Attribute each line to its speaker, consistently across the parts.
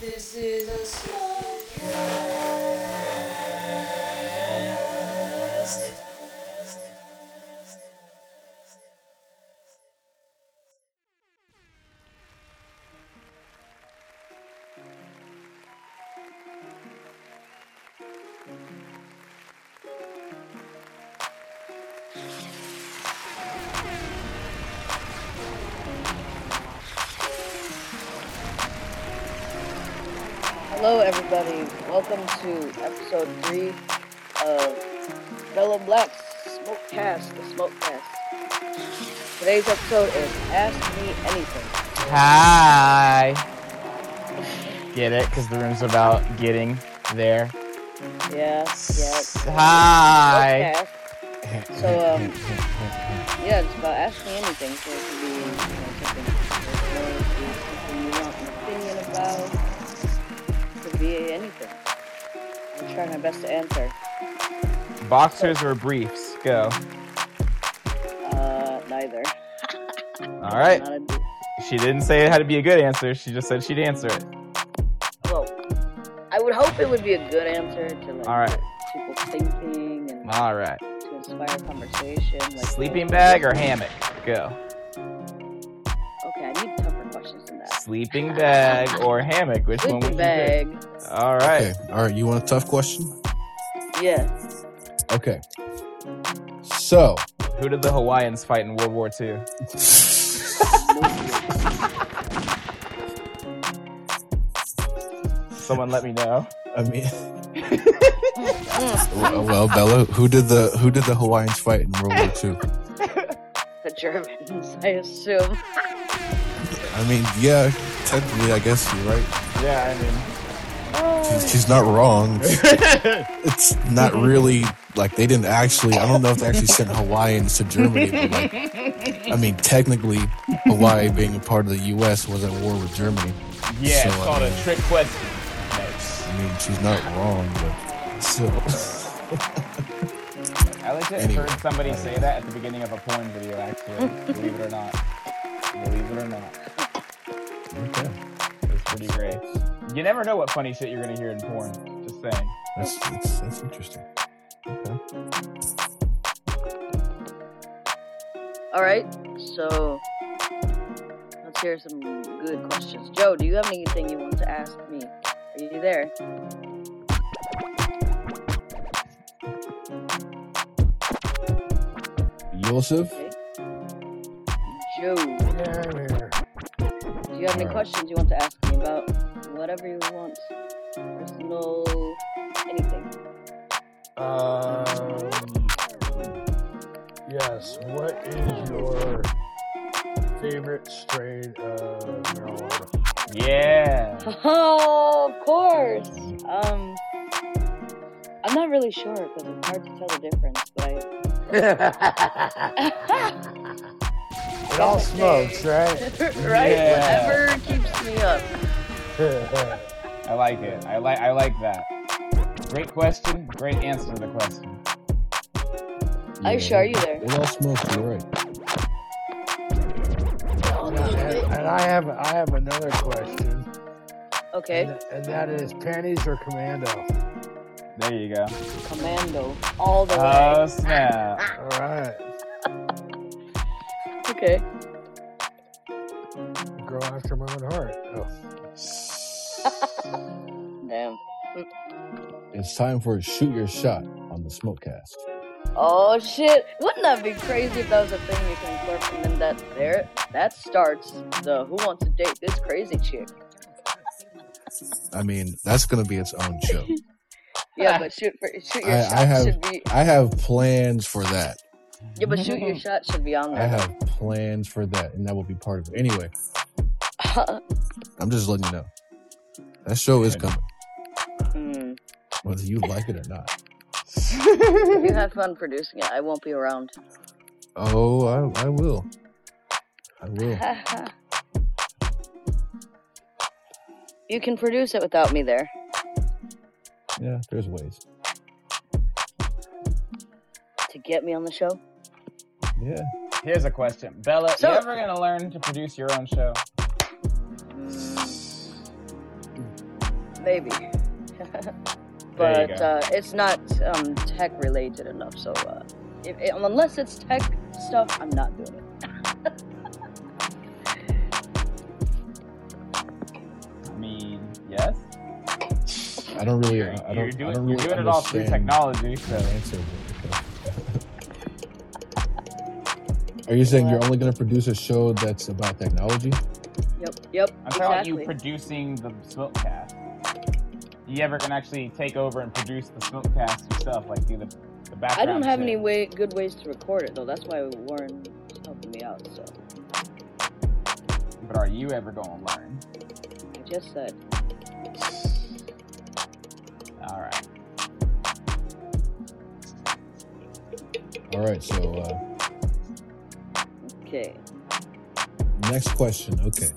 Speaker 1: This is a small
Speaker 2: Hello, everybody. Welcome to episode three of Fellow Blacks Smokecast, the Smokecast. Today's episode is Ask Me Anything.
Speaker 3: Hi. Get it? Because the room's about getting there.
Speaker 2: Yeah, yeah. it's a
Speaker 3: Hi.
Speaker 2: smokecast. So, um, yeah, it's about Ask Me Anything. So it could be you know, something personal, it could be something you want an opinion about. It could be anything. I'll try my best to answer.
Speaker 3: Boxers or briefs? Go.
Speaker 2: Uh, neither.
Speaker 3: All right.
Speaker 2: Not a-
Speaker 3: She didn't say it had to be a good answer. She just said she'd answer it.
Speaker 2: well, I would hope it would be a good answer to like
Speaker 3: All right.
Speaker 2: people thinking and
Speaker 3: All right.
Speaker 2: to inspire conversation. Like
Speaker 3: Sleeping
Speaker 2: oh,
Speaker 3: bag or hammock? Go.
Speaker 2: Okay, I need tougher questions than that.
Speaker 3: Sleeping bag or hammock? Which one would
Speaker 2: Sleeping
Speaker 3: you pick?
Speaker 2: bag.
Speaker 3: All right.
Speaker 4: Okay. All right. You want a tough question?
Speaker 2: Yeah.
Speaker 4: Okay. So,
Speaker 3: Who did the Hawaiians fight in World War II? Someone let me know.
Speaker 4: I mean, well, well, Bella, who did the who did the Hawaiians fight in World War II?
Speaker 2: The Germans, I assume.
Speaker 4: I mean, yeah, technically, I guess you're right.
Speaker 3: Yeah, I mean.
Speaker 4: She's, she's not wrong. It's not really like they didn't actually. I don't know if they actually sent Hawaiians to Germany. But like, I mean, technically, Hawaii being a part of the U.S. was at war with Germany.
Speaker 3: Yeah, it's
Speaker 4: So,
Speaker 3: called
Speaker 4: um,
Speaker 3: a trick question. Nice.
Speaker 4: I mean, she's not wrong, but so.
Speaker 3: I legit
Speaker 4: Anyway.
Speaker 3: heard somebody say that at the beginning of a porn video, actually. Believe it or not. Believe it or not.
Speaker 4: Okay.
Speaker 3: It's pretty great. You never know what funny shit you're gonna hear in porn. Just saying.
Speaker 4: That's that's, that's interesting. Okay.
Speaker 2: All right. So let's hear some good questions. Joe, do you have anything you want to ask me? Are you there?
Speaker 4: Yosef?
Speaker 2: Joe, do you have any
Speaker 4: Alright.
Speaker 2: questions you want to ask me about whatever you want? Personal, anything.
Speaker 5: Um, yes. What is your favorite strain of marijuana?
Speaker 3: Yeah.
Speaker 2: Oh, of course. Um, I'm not really sure because it's hard to tell the difference. But I,
Speaker 5: It all smokes, right?
Speaker 2: right,
Speaker 3: Yeah.
Speaker 2: whatever keeps me up.
Speaker 3: I like it. I like I like that. Great question, great answer to the question.
Speaker 2: I
Speaker 4: Yeah,
Speaker 2: assure
Speaker 4: it-
Speaker 2: you there.
Speaker 4: It all smokes, you're right.
Speaker 5: and, I have I have another question,
Speaker 2: Okay,
Speaker 5: and, and that is panties or commando.
Speaker 3: There you go.
Speaker 2: commando all the way.
Speaker 4: Uh.
Speaker 3: Oh snap.
Speaker 5: All right,
Speaker 2: Okay.
Speaker 5: girl after my own heart. Oh.
Speaker 2: Damn.
Speaker 4: It's time for shoot your shot on the Smokecast.
Speaker 2: Oh shit! Wouldn't that be crazy if that was a thing you can flirt and then that there that starts the who wants to date this crazy chick?
Speaker 4: I mean, that's gonna be its own show.
Speaker 2: Yeah, but shoot for shoot your
Speaker 4: I- I
Speaker 2: shot
Speaker 4: have-
Speaker 2: should be
Speaker 4: I have plans for that.
Speaker 2: yeah, but shoot your shot should be on
Speaker 4: I
Speaker 2: there.
Speaker 4: have plans for that, and that will be part of it. Anyway, I'm just letting you know. That show is coming,
Speaker 2: Hmm.
Speaker 4: whether you like it or not.
Speaker 2: You have fun producing it. I won't be around.
Speaker 4: Oh, I, I will. I will.
Speaker 2: you can produce it without me there.
Speaker 4: Yeah, there's ways.
Speaker 2: To get me on the show?
Speaker 4: Yeah.
Speaker 3: Here's a question. Bella,
Speaker 2: So-
Speaker 3: you ever gonna learn to produce your own show?
Speaker 2: baby.
Speaker 3: There you
Speaker 2: but
Speaker 3: go.
Speaker 2: uh, it's not um, tech related enough. So uh, if, it, unless it's tech stuff, I'm not doing it.
Speaker 3: I mean, yes.
Speaker 4: I don't really.
Speaker 3: You're,
Speaker 4: Uh, I don't,
Speaker 3: you're
Speaker 4: I
Speaker 3: doing,
Speaker 4: don't
Speaker 3: you're
Speaker 4: really
Speaker 3: doing it all through
Speaker 4: understand
Speaker 3: technology, so.
Speaker 4: that answer. Are you saying you're only going to produce a show that's about technology?
Speaker 2: Yep. Yep.
Speaker 3: I'm talking about you
Speaker 2: exactly.
Speaker 3: producing the Smokecast. You ever can actually take over and produce the Smokecast yourself, like do the, the
Speaker 2: I
Speaker 3: background.
Speaker 2: don't have any
Speaker 3: shit.
Speaker 2: way good ways to record it though. That's why Warren is helping me out. So
Speaker 3: But are you ever going to learn?
Speaker 2: I just said
Speaker 3: All right.
Speaker 4: All right. So uh,
Speaker 2: okay.
Speaker 4: next question. Okay.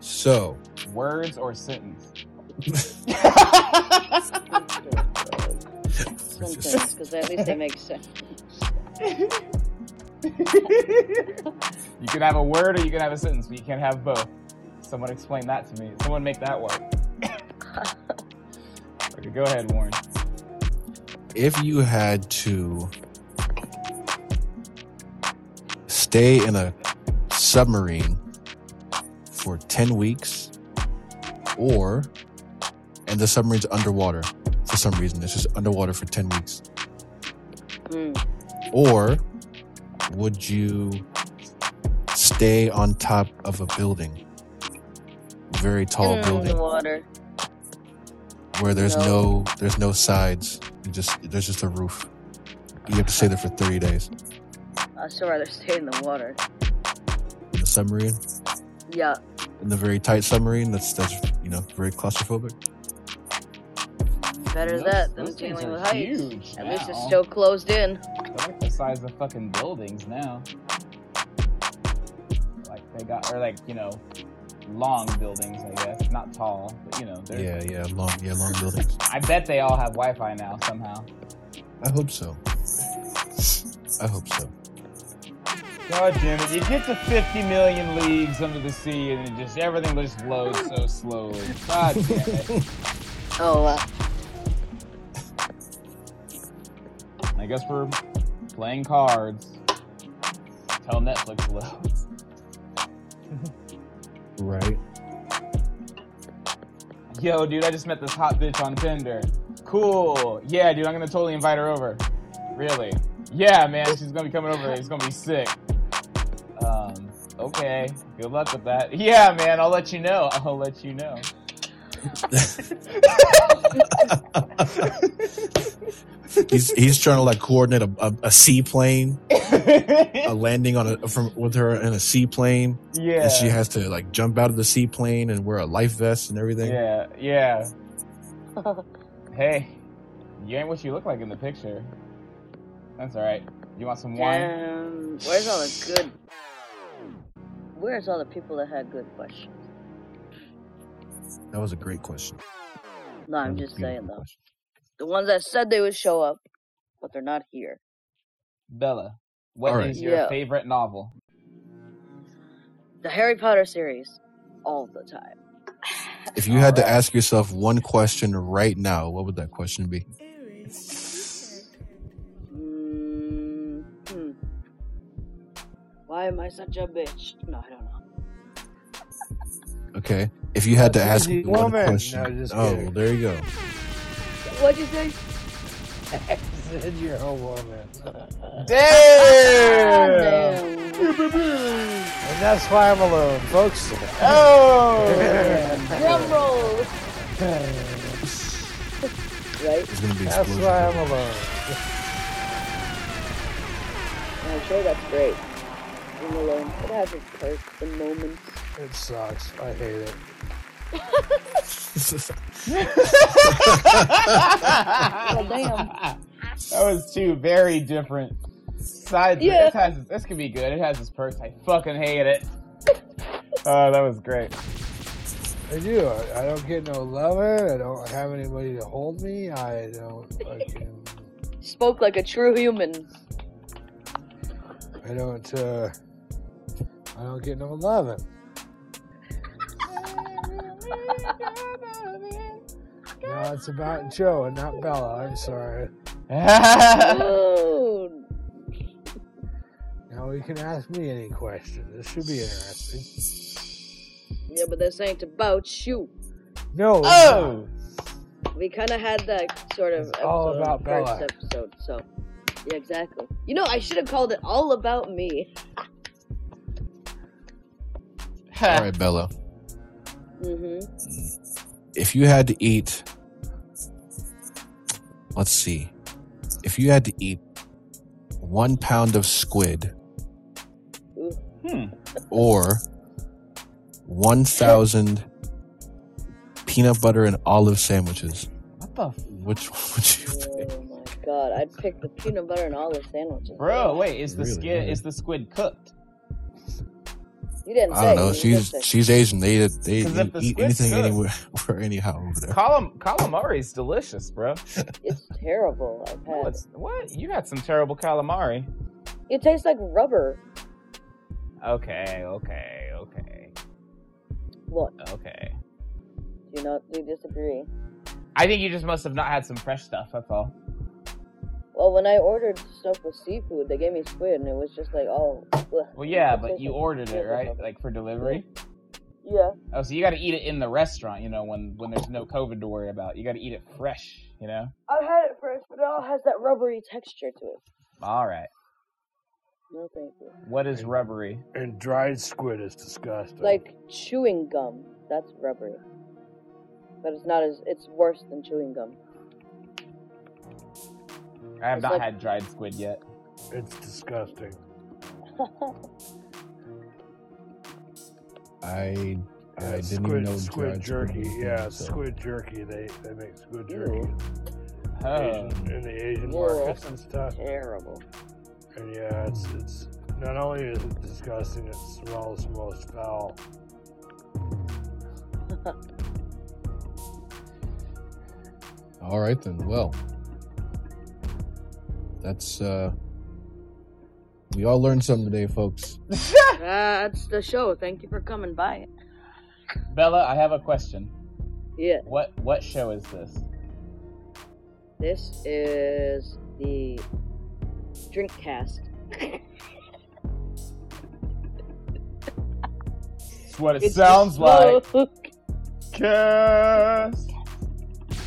Speaker 4: So
Speaker 3: Words or sentence?
Speaker 2: because at least it makes sense.
Speaker 3: You can have a word or you can have a sentence, but you can't have both. Someone explain that to me. Someone make that work. okay, go ahead, Warren.
Speaker 4: if you had to stay in a submarine for 10 weeks or and the submarine's underwater for some reason it's just underwater for 10 weeks
Speaker 2: Mm.
Speaker 4: or would you stay on top of a building very tall
Speaker 2: In
Speaker 4: building
Speaker 2: the Mm. water.
Speaker 4: where there's
Speaker 2: No.
Speaker 4: no there's no sides you just there's just a roof you have to stay there for 30 days
Speaker 2: I still rather stay in the water.
Speaker 4: in the submarine
Speaker 2: Yeah.
Speaker 4: in the very tight submarine that's that's you know very claustrophobic
Speaker 2: Better
Speaker 3: Those-
Speaker 2: that than
Speaker 3: those things
Speaker 2: dealing
Speaker 3: are
Speaker 2: with heights.
Speaker 3: Huge
Speaker 2: At least it's
Speaker 3: now.
Speaker 2: still closed in.
Speaker 3: They're like the size of fucking buildings now. Like they got, or like you know, long buildings. I guess not tall, but you know, they're.
Speaker 4: yeah yeah long yeah long buildings
Speaker 3: I bet they all have Wi-Fi now somehow.
Speaker 4: i hope so i hope so
Speaker 3: God damn it! You get to 50 million leagues under the sea, and it just everything just loads so slowly. God damn it!
Speaker 2: Oh, uh,
Speaker 3: I guess we're playing cards. Tell Netflix loads.
Speaker 4: right
Speaker 3: Yo, dude, I just met this hot bitch on Tinder. Cool. Yeah, dude, I'm gonna totally invite her over. Really? Yeah, man, she's gonna be coming over. It's gonna be sick. Um, okay. Good luck with that. Yeah, man, I'll let you know. I'll let you know.
Speaker 4: he's he's trying to like coordinate a, a, a seaplane a landing on a from with her in a seaplane
Speaker 3: yeah.
Speaker 4: and she has to like jump out of the seaplane and wear a life vest and everything
Speaker 3: Yeah, yeah. hey, you ain't what you look like in the picture. That's alright. You want some wine?
Speaker 2: damn. Where's all the good? Where's all the people that had good questions?
Speaker 4: that was a great question
Speaker 2: No, I'm
Speaker 4: That was a
Speaker 2: just
Speaker 4: beautiful
Speaker 2: saying though.
Speaker 4: question.
Speaker 2: The ones that said they would show up, but they're not here.
Speaker 3: Bella, What is
Speaker 4: All right.
Speaker 3: your
Speaker 2: Yeah.
Speaker 3: favorite novel?
Speaker 2: The Harry Potter series, all the time.
Speaker 4: if you had to ask yourself one question right now what would that question be
Speaker 2: Mm, hmm. Why am I such a bitch? No, I don't know.
Speaker 4: okay if you had to
Speaker 5: That's
Speaker 4: ask
Speaker 5: easy,
Speaker 4: one
Speaker 5: woman.
Speaker 4: question
Speaker 5: No, just
Speaker 4: oh
Speaker 5: kidding.
Speaker 4: well, there you go
Speaker 2: What'd you say?
Speaker 5: Said you're a woman.
Speaker 3: Damn!
Speaker 5: And that's why I'm alone, folks.
Speaker 3: Oh!
Speaker 2: Drum roll. right?
Speaker 4: it's gonna be
Speaker 5: That's
Speaker 4: explosion.
Speaker 5: why I'm alone.
Speaker 2: I'm sure that's great. Leave me alone. It has its perks and moments.
Speaker 5: It sucks. I hate it.
Speaker 2: Oh, damn.
Speaker 3: That was two very different sides.
Speaker 2: Yeah.
Speaker 3: It has, this could be good. It has its perks. I fucking hate it. Oh, that was great.
Speaker 5: I do. I, I don't get no loving. I don't have anybody to hold me. I don't fucking.
Speaker 2: Spoke like a true human.
Speaker 5: I don't. Uh, I don't get no loving. No, it's about Joe and not Bella. I'm sorry.
Speaker 2: Ooh.
Speaker 5: Now you can ask me any question. This should be interesting.
Speaker 2: Yeah, but this ain't about you.
Speaker 5: No. it's
Speaker 3: oh,
Speaker 2: We kind of had that sort of
Speaker 5: It's all
Speaker 2: episode on
Speaker 5: about
Speaker 2: the first
Speaker 5: Bella.
Speaker 2: episode, so yeah, exactly. You know, I should have called it all about me.
Speaker 4: All right, Bella.
Speaker 2: Mm-hmm.
Speaker 4: If you had to eat, let's see. If you had to eat one pound of squid
Speaker 3: Hmm.
Speaker 4: or 1,000 peanut butter and olive sandwiches,
Speaker 3: what the, f-
Speaker 4: which would you pick?
Speaker 2: Oh my god, I'd pick the peanut butter and olive sandwiches.
Speaker 3: bro? Wait, is the
Speaker 4: Really,
Speaker 3: squid
Speaker 4: really.
Speaker 3: is the squid cooked?
Speaker 2: you didn't
Speaker 4: I
Speaker 2: say.
Speaker 4: don't know.
Speaker 2: you
Speaker 4: She's
Speaker 2: just said-
Speaker 4: she's Asian. They they
Speaker 3: 'Cause if the
Speaker 4: eat
Speaker 3: squid's
Speaker 4: anything
Speaker 3: cooked-
Speaker 4: anywhere or anyhow over there.
Speaker 3: Calam- calamari is delicious, bro.
Speaker 2: it's terrible. I've
Speaker 3: No,
Speaker 2: had.
Speaker 3: it's- what? You got some terrible calamari.
Speaker 2: It tastes like rubber.
Speaker 3: Okay, okay, okay,
Speaker 2: Look,
Speaker 3: okay.
Speaker 2: do not do you disagree.
Speaker 3: I think you just must have not had some fresh stuff. That's all.
Speaker 2: Well, when I ordered stuff with seafood, they gave me squid, and it was just like, oh. ugh.
Speaker 3: Well, yeah,
Speaker 2: It
Speaker 3: but
Speaker 2: tastes
Speaker 3: you
Speaker 2: like-
Speaker 3: ordered it
Speaker 2: tastes like
Speaker 3: right,
Speaker 2: rubber.
Speaker 3: like for delivery.
Speaker 2: Yeah.
Speaker 3: Oh, so you got to eat it in the restaurant, you know, when when there's no COVID to worry about. You got to eat it fresh, you know.
Speaker 2: I've had it first, but it all has that rubbery texture to it.
Speaker 3: All right.
Speaker 2: No, thank you.
Speaker 3: What is rubbery?
Speaker 5: And dried squid is disgusting.
Speaker 2: Like chewing gum. That's rubbery. But it's not as. It's worse than chewing gum.
Speaker 3: I have
Speaker 2: It's
Speaker 3: not
Speaker 2: like-
Speaker 3: had dried squid yet.
Speaker 5: it's disgusting.
Speaker 4: I I
Speaker 5: Yeah,
Speaker 4: didn't
Speaker 5: squid,
Speaker 4: even know dried
Speaker 5: squid jerky.
Speaker 4: was a
Speaker 5: Yeah,
Speaker 4: thing, so-
Speaker 5: squid jerky. They they make squid
Speaker 2: Ew.
Speaker 5: jerky
Speaker 3: Oh,
Speaker 5: Asian, in the Asian
Speaker 2: Ew.
Speaker 5: markets and stuff.
Speaker 2: Terrible.
Speaker 5: And yeah, it's it's not only is it disgusting, it smells most foul.
Speaker 4: All right then. Well, that's uh we all learned something today, folks.
Speaker 2: Ah! That's the show. Thank you for coming by.
Speaker 3: Bella, I have a question.
Speaker 2: Yeah,
Speaker 3: What what show is this?
Speaker 2: this is the drink cast.
Speaker 3: It's what it
Speaker 2: It's
Speaker 3: sounds like.
Speaker 2: No,
Speaker 3: Cast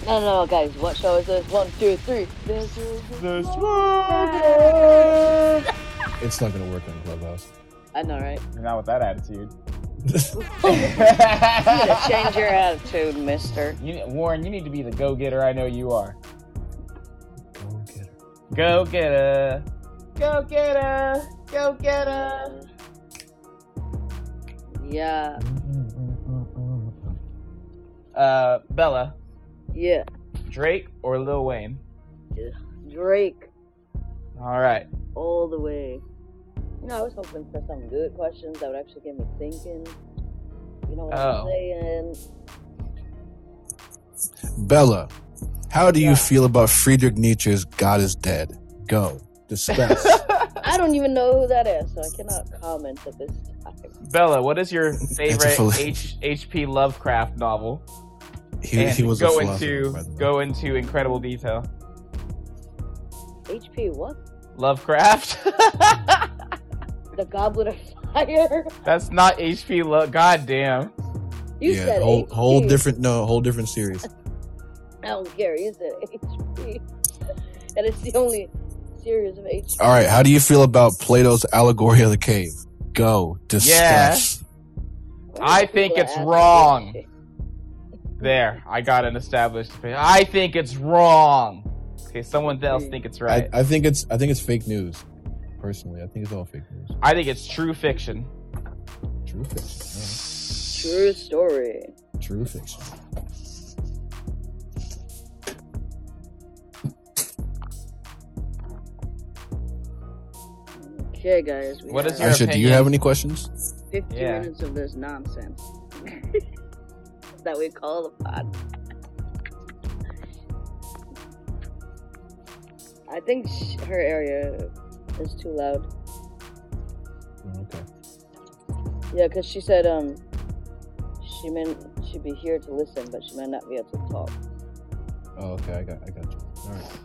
Speaker 2: no, no, guys. What show is this? One, two, three. This is.
Speaker 3: the smoke.
Speaker 4: It's not gonna work on Clubhouse.
Speaker 2: I know, right?
Speaker 3: Not with that attitude.
Speaker 2: You gotta change your attitude, Mister.
Speaker 3: You- Warren, you need to be the go getter. I know you are.
Speaker 4: Go get her.
Speaker 3: Go getter. Go getter. Go getter.
Speaker 2: Yeah,
Speaker 3: Uh, Bella,
Speaker 2: yeah.
Speaker 3: Drake or Lil Wayne?
Speaker 2: Drake,
Speaker 3: All right.
Speaker 2: all the way. You know, I was hoping for some good questions that would actually get me thinking. You know what I'm
Speaker 3: Oh.
Speaker 2: saying?
Speaker 4: Bella, how do
Speaker 2: Yeah.
Speaker 4: you feel about Friedrich Nietzsche's God is Dead? Go. Discuss.
Speaker 2: I don't even know who that is, so I cannot comment at this time.
Speaker 3: Bella, what is your
Speaker 4: It's a phil-
Speaker 3: favorite H- H.P. Lovecraft novel?
Speaker 4: he, he
Speaker 3: And
Speaker 4: was
Speaker 3: go
Speaker 4: a philosopher,
Speaker 3: into
Speaker 4: by the way.
Speaker 3: go into incredible detail.
Speaker 2: HP, what?
Speaker 3: Lovecraft.
Speaker 2: The Goblet of Fire?
Speaker 3: That's not H.P. Lo- God damn.
Speaker 2: You
Speaker 4: yeah,
Speaker 2: said
Speaker 4: whole
Speaker 2: HP.
Speaker 4: whole different no, whole different series.
Speaker 2: I don't care. You said HP. and it's the only series of HP.
Speaker 4: All right, how do you feel about Plato's allegory of the cave? Go. Discuss.
Speaker 3: I think
Speaker 2: People are
Speaker 3: it's
Speaker 2: asking
Speaker 3: wrong.
Speaker 2: this shit.
Speaker 3: There, I got an established opinion. I think it's wrong. Okay, someone else think it's right.
Speaker 4: I, I think it's I think it's fake news. Personally, I think it's all fake news.
Speaker 3: I think it's true fiction.
Speaker 4: True fiction.
Speaker 2: True story.
Speaker 4: yeah. True fiction.
Speaker 2: Okay, guys. We
Speaker 3: What
Speaker 2: have
Speaker 3: is your-
Speaker 4: Aisha, do you
Speaker 3: opinion?
Speaker 4: have any questions?
Speaker 2: 50
Speaker 3: Yeah.
Speaker 2: minutes of this nonsense that we call a pod. I think sh- her area is too loud.
Speaker 4: Oh, Okay.
Speaker 2: Yeah, because she said um she meant she'd be here to listen, but she might not be able to talk.
Speaker 4: Oh, okay. I got. I got you. All right.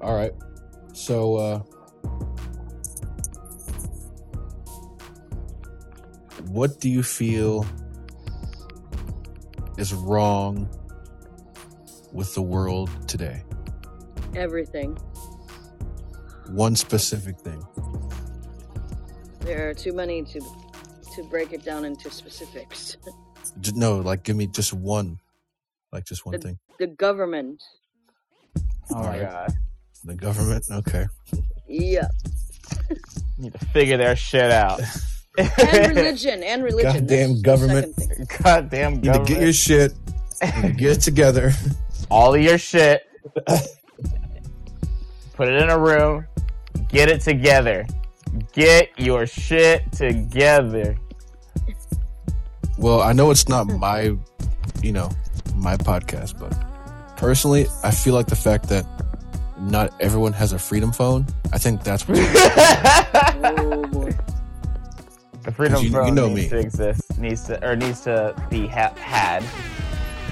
Speaker 4: All right. So, uh, what do you feel is wrong with the world today?
Speaker 2: Everything.
Speaker 4: One specific thing.
Speaker 2: There are too many to to break it down into specifics.
Speaker 4: J- No, like give me just one, like just one thing.
Speaker 2: The government.
Speaker 3: Oh my
Speaker 4: Alright.
Speaker 3: god.
Speaker 4: The government. Okay.
Speaker 2: Yeah.
Speaker 3: Need to figure their shit out.
Speaker 2: And religion. And religion.
Speaker 4: Goddamn
Speaker 2: That's the
Speaker 4: government.
Speaker 2: second thing.
Speaker 3: Goddamn
Speaker 4: You need to get your
Speaker 3: government.
Speaker 4: shit. you need to get it together.
Speaker 3: All of your shit. Put it in a room. Get it together. Get your shit together.
Speaker 4: Well, I know it's not my, you know, my podcast, but personally, I feel like the fact that not everyone has a freedom phone. I think that's what
Speaker 3: the
Speaker 2: Oh, boy.
Speaker 3: freedom
Speaker 4: You- you
Speaker 3: Phone
Speaker 4: know
Speaker 3: needs to
Speaker 4: me.
Speaker 3: exist. Needs to or needs to be ha- had.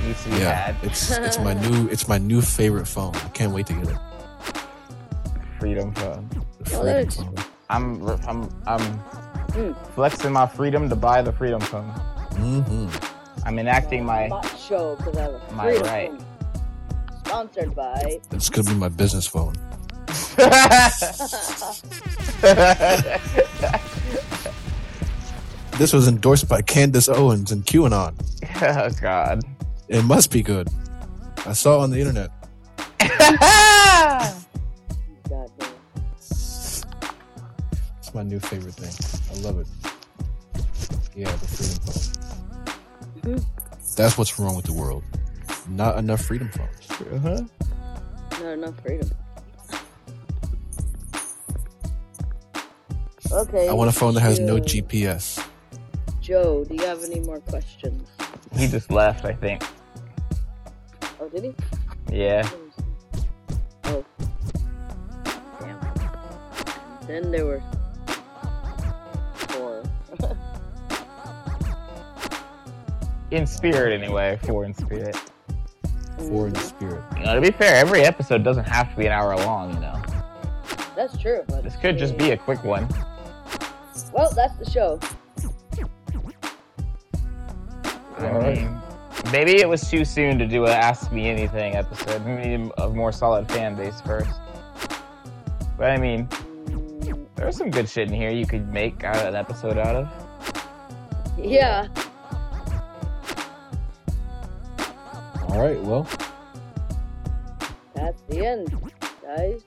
Speaker 3: Needs to be
Speaker 4: yeah,
Speaker 3: had.
Speaker 4: it's it's my new it's my new favorite phone. I can't wait to get it.
Speaker 3: Freedom phone.
Speaker 4: The freedom
Speaker 2: Good.
Speaker 4: phone.
Speaker 3: I'm I'm I'm
Speaker 2: Hmm.
Speaker 3: flexing my freedom to buy the freedom phone.
Speaker 4: hmm
Speaker 3: I'm enacting my
Speaker 2: Bot show because I have a
Speaker 3: My
Speaker 2: freedom
Speaker 3: right.
Speaker 2: phone. Sponsored by.
Speaker 4: It's gonna be my business phone. This was endorsed by Candace Owens and QAnon.
Speaker 3: oh God.
Speaker 4: It must be good. I saw on the internet.
Speaker 2: Goddamn.
Speaker 4: It's my new favorite thing. I love it. Yeah, the freedom phone. That's what's wrong with the world. Not enough freedom phones.
Speaker 2: Not enough freedom. Okay.
Speaker 4: I want a phone that has no
Speaker 2: Joe.
Speaker 4: GPS.
Speaker 2: Joe, do you have any more questions?
Speaker 3: He just left, I think.
Speaker 2: Oh, did he?
Speaker 3: Yeah.
Speaker 2: Oh. Damn. Then there were four.
Speaker 3: In spirit, anyway. Four in spirit.
Speaker 4: Four in the spirit.
Speaker 3: You know, to be fair, every episode doesn't have to be an hour long. You know,
Speaker 2: That's true. But
Speaker 3: this could just be a quick one.
Speaker 2: Well, that's the show.
Speaker 3: I mean, Um, maybe it was too soon to do an Ask Me Anything episode. We need a more solid fan base first. But I mean,
Speaker 2: Mm,
Speaker 3: there's some good shit in here you could make out of an episode out of.
Speaker 2: Yeah.
Speaker 4: All right, well,
Speaker 2: That's the end, guys.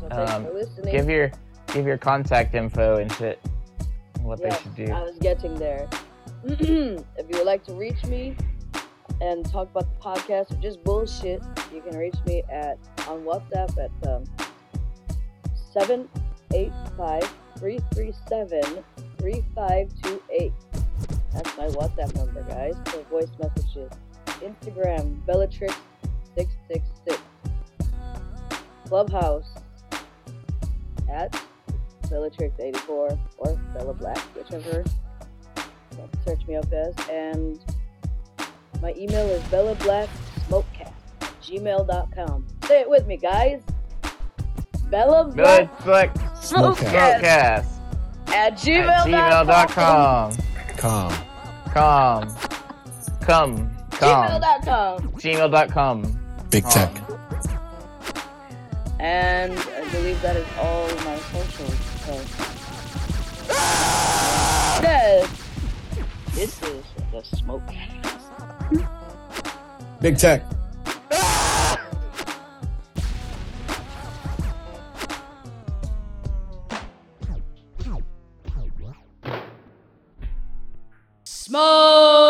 Speaker 2: So thanks
Speaker 3: Um,
Speaker 2: for listening.
Speaker 3: Give your give your contact info and shit. What
Speaker 2: Yes,
Speaker 3: they should do.
Speaker 2: I was getting there. if you would like to reach me and talk about the podcast or just bullshit, you can reach me at on WhatsApp at um, 785-337-3528. That's my WhatsApp number, guys. For voice messages. Instagram, Bellatrix666. Clubhouse at Bellatrix84 or Bella Black, whichever. you can Search me up as. And my email is bellablacksmokecast gmail.com. Say it with me, guys. Bella
Speaker 3: Good
Speaker 2: Black
Speaker 3: flick
Speaker 4: Smokecast.
Speaker 2: Smokecast
Speaker 3: podcast
Speaker 2: at
Speaker 3: at
Speaker 2: gmail.com.
Speaker 3: gmail.com.
Speaker 4: calm.
Speaker 3: Com. Come. Com.
Speaker 2: Gmail.com.
Speaker 3: Gmail.com.
Speaker 4: Big
Speaker 3: Oh.
Speaker 4: tech.
Speaker 2: And I believe that is all my socials. So. Yes. This is the smoke.
Speaker 4: Big tech.
Speaker 1: Smoke.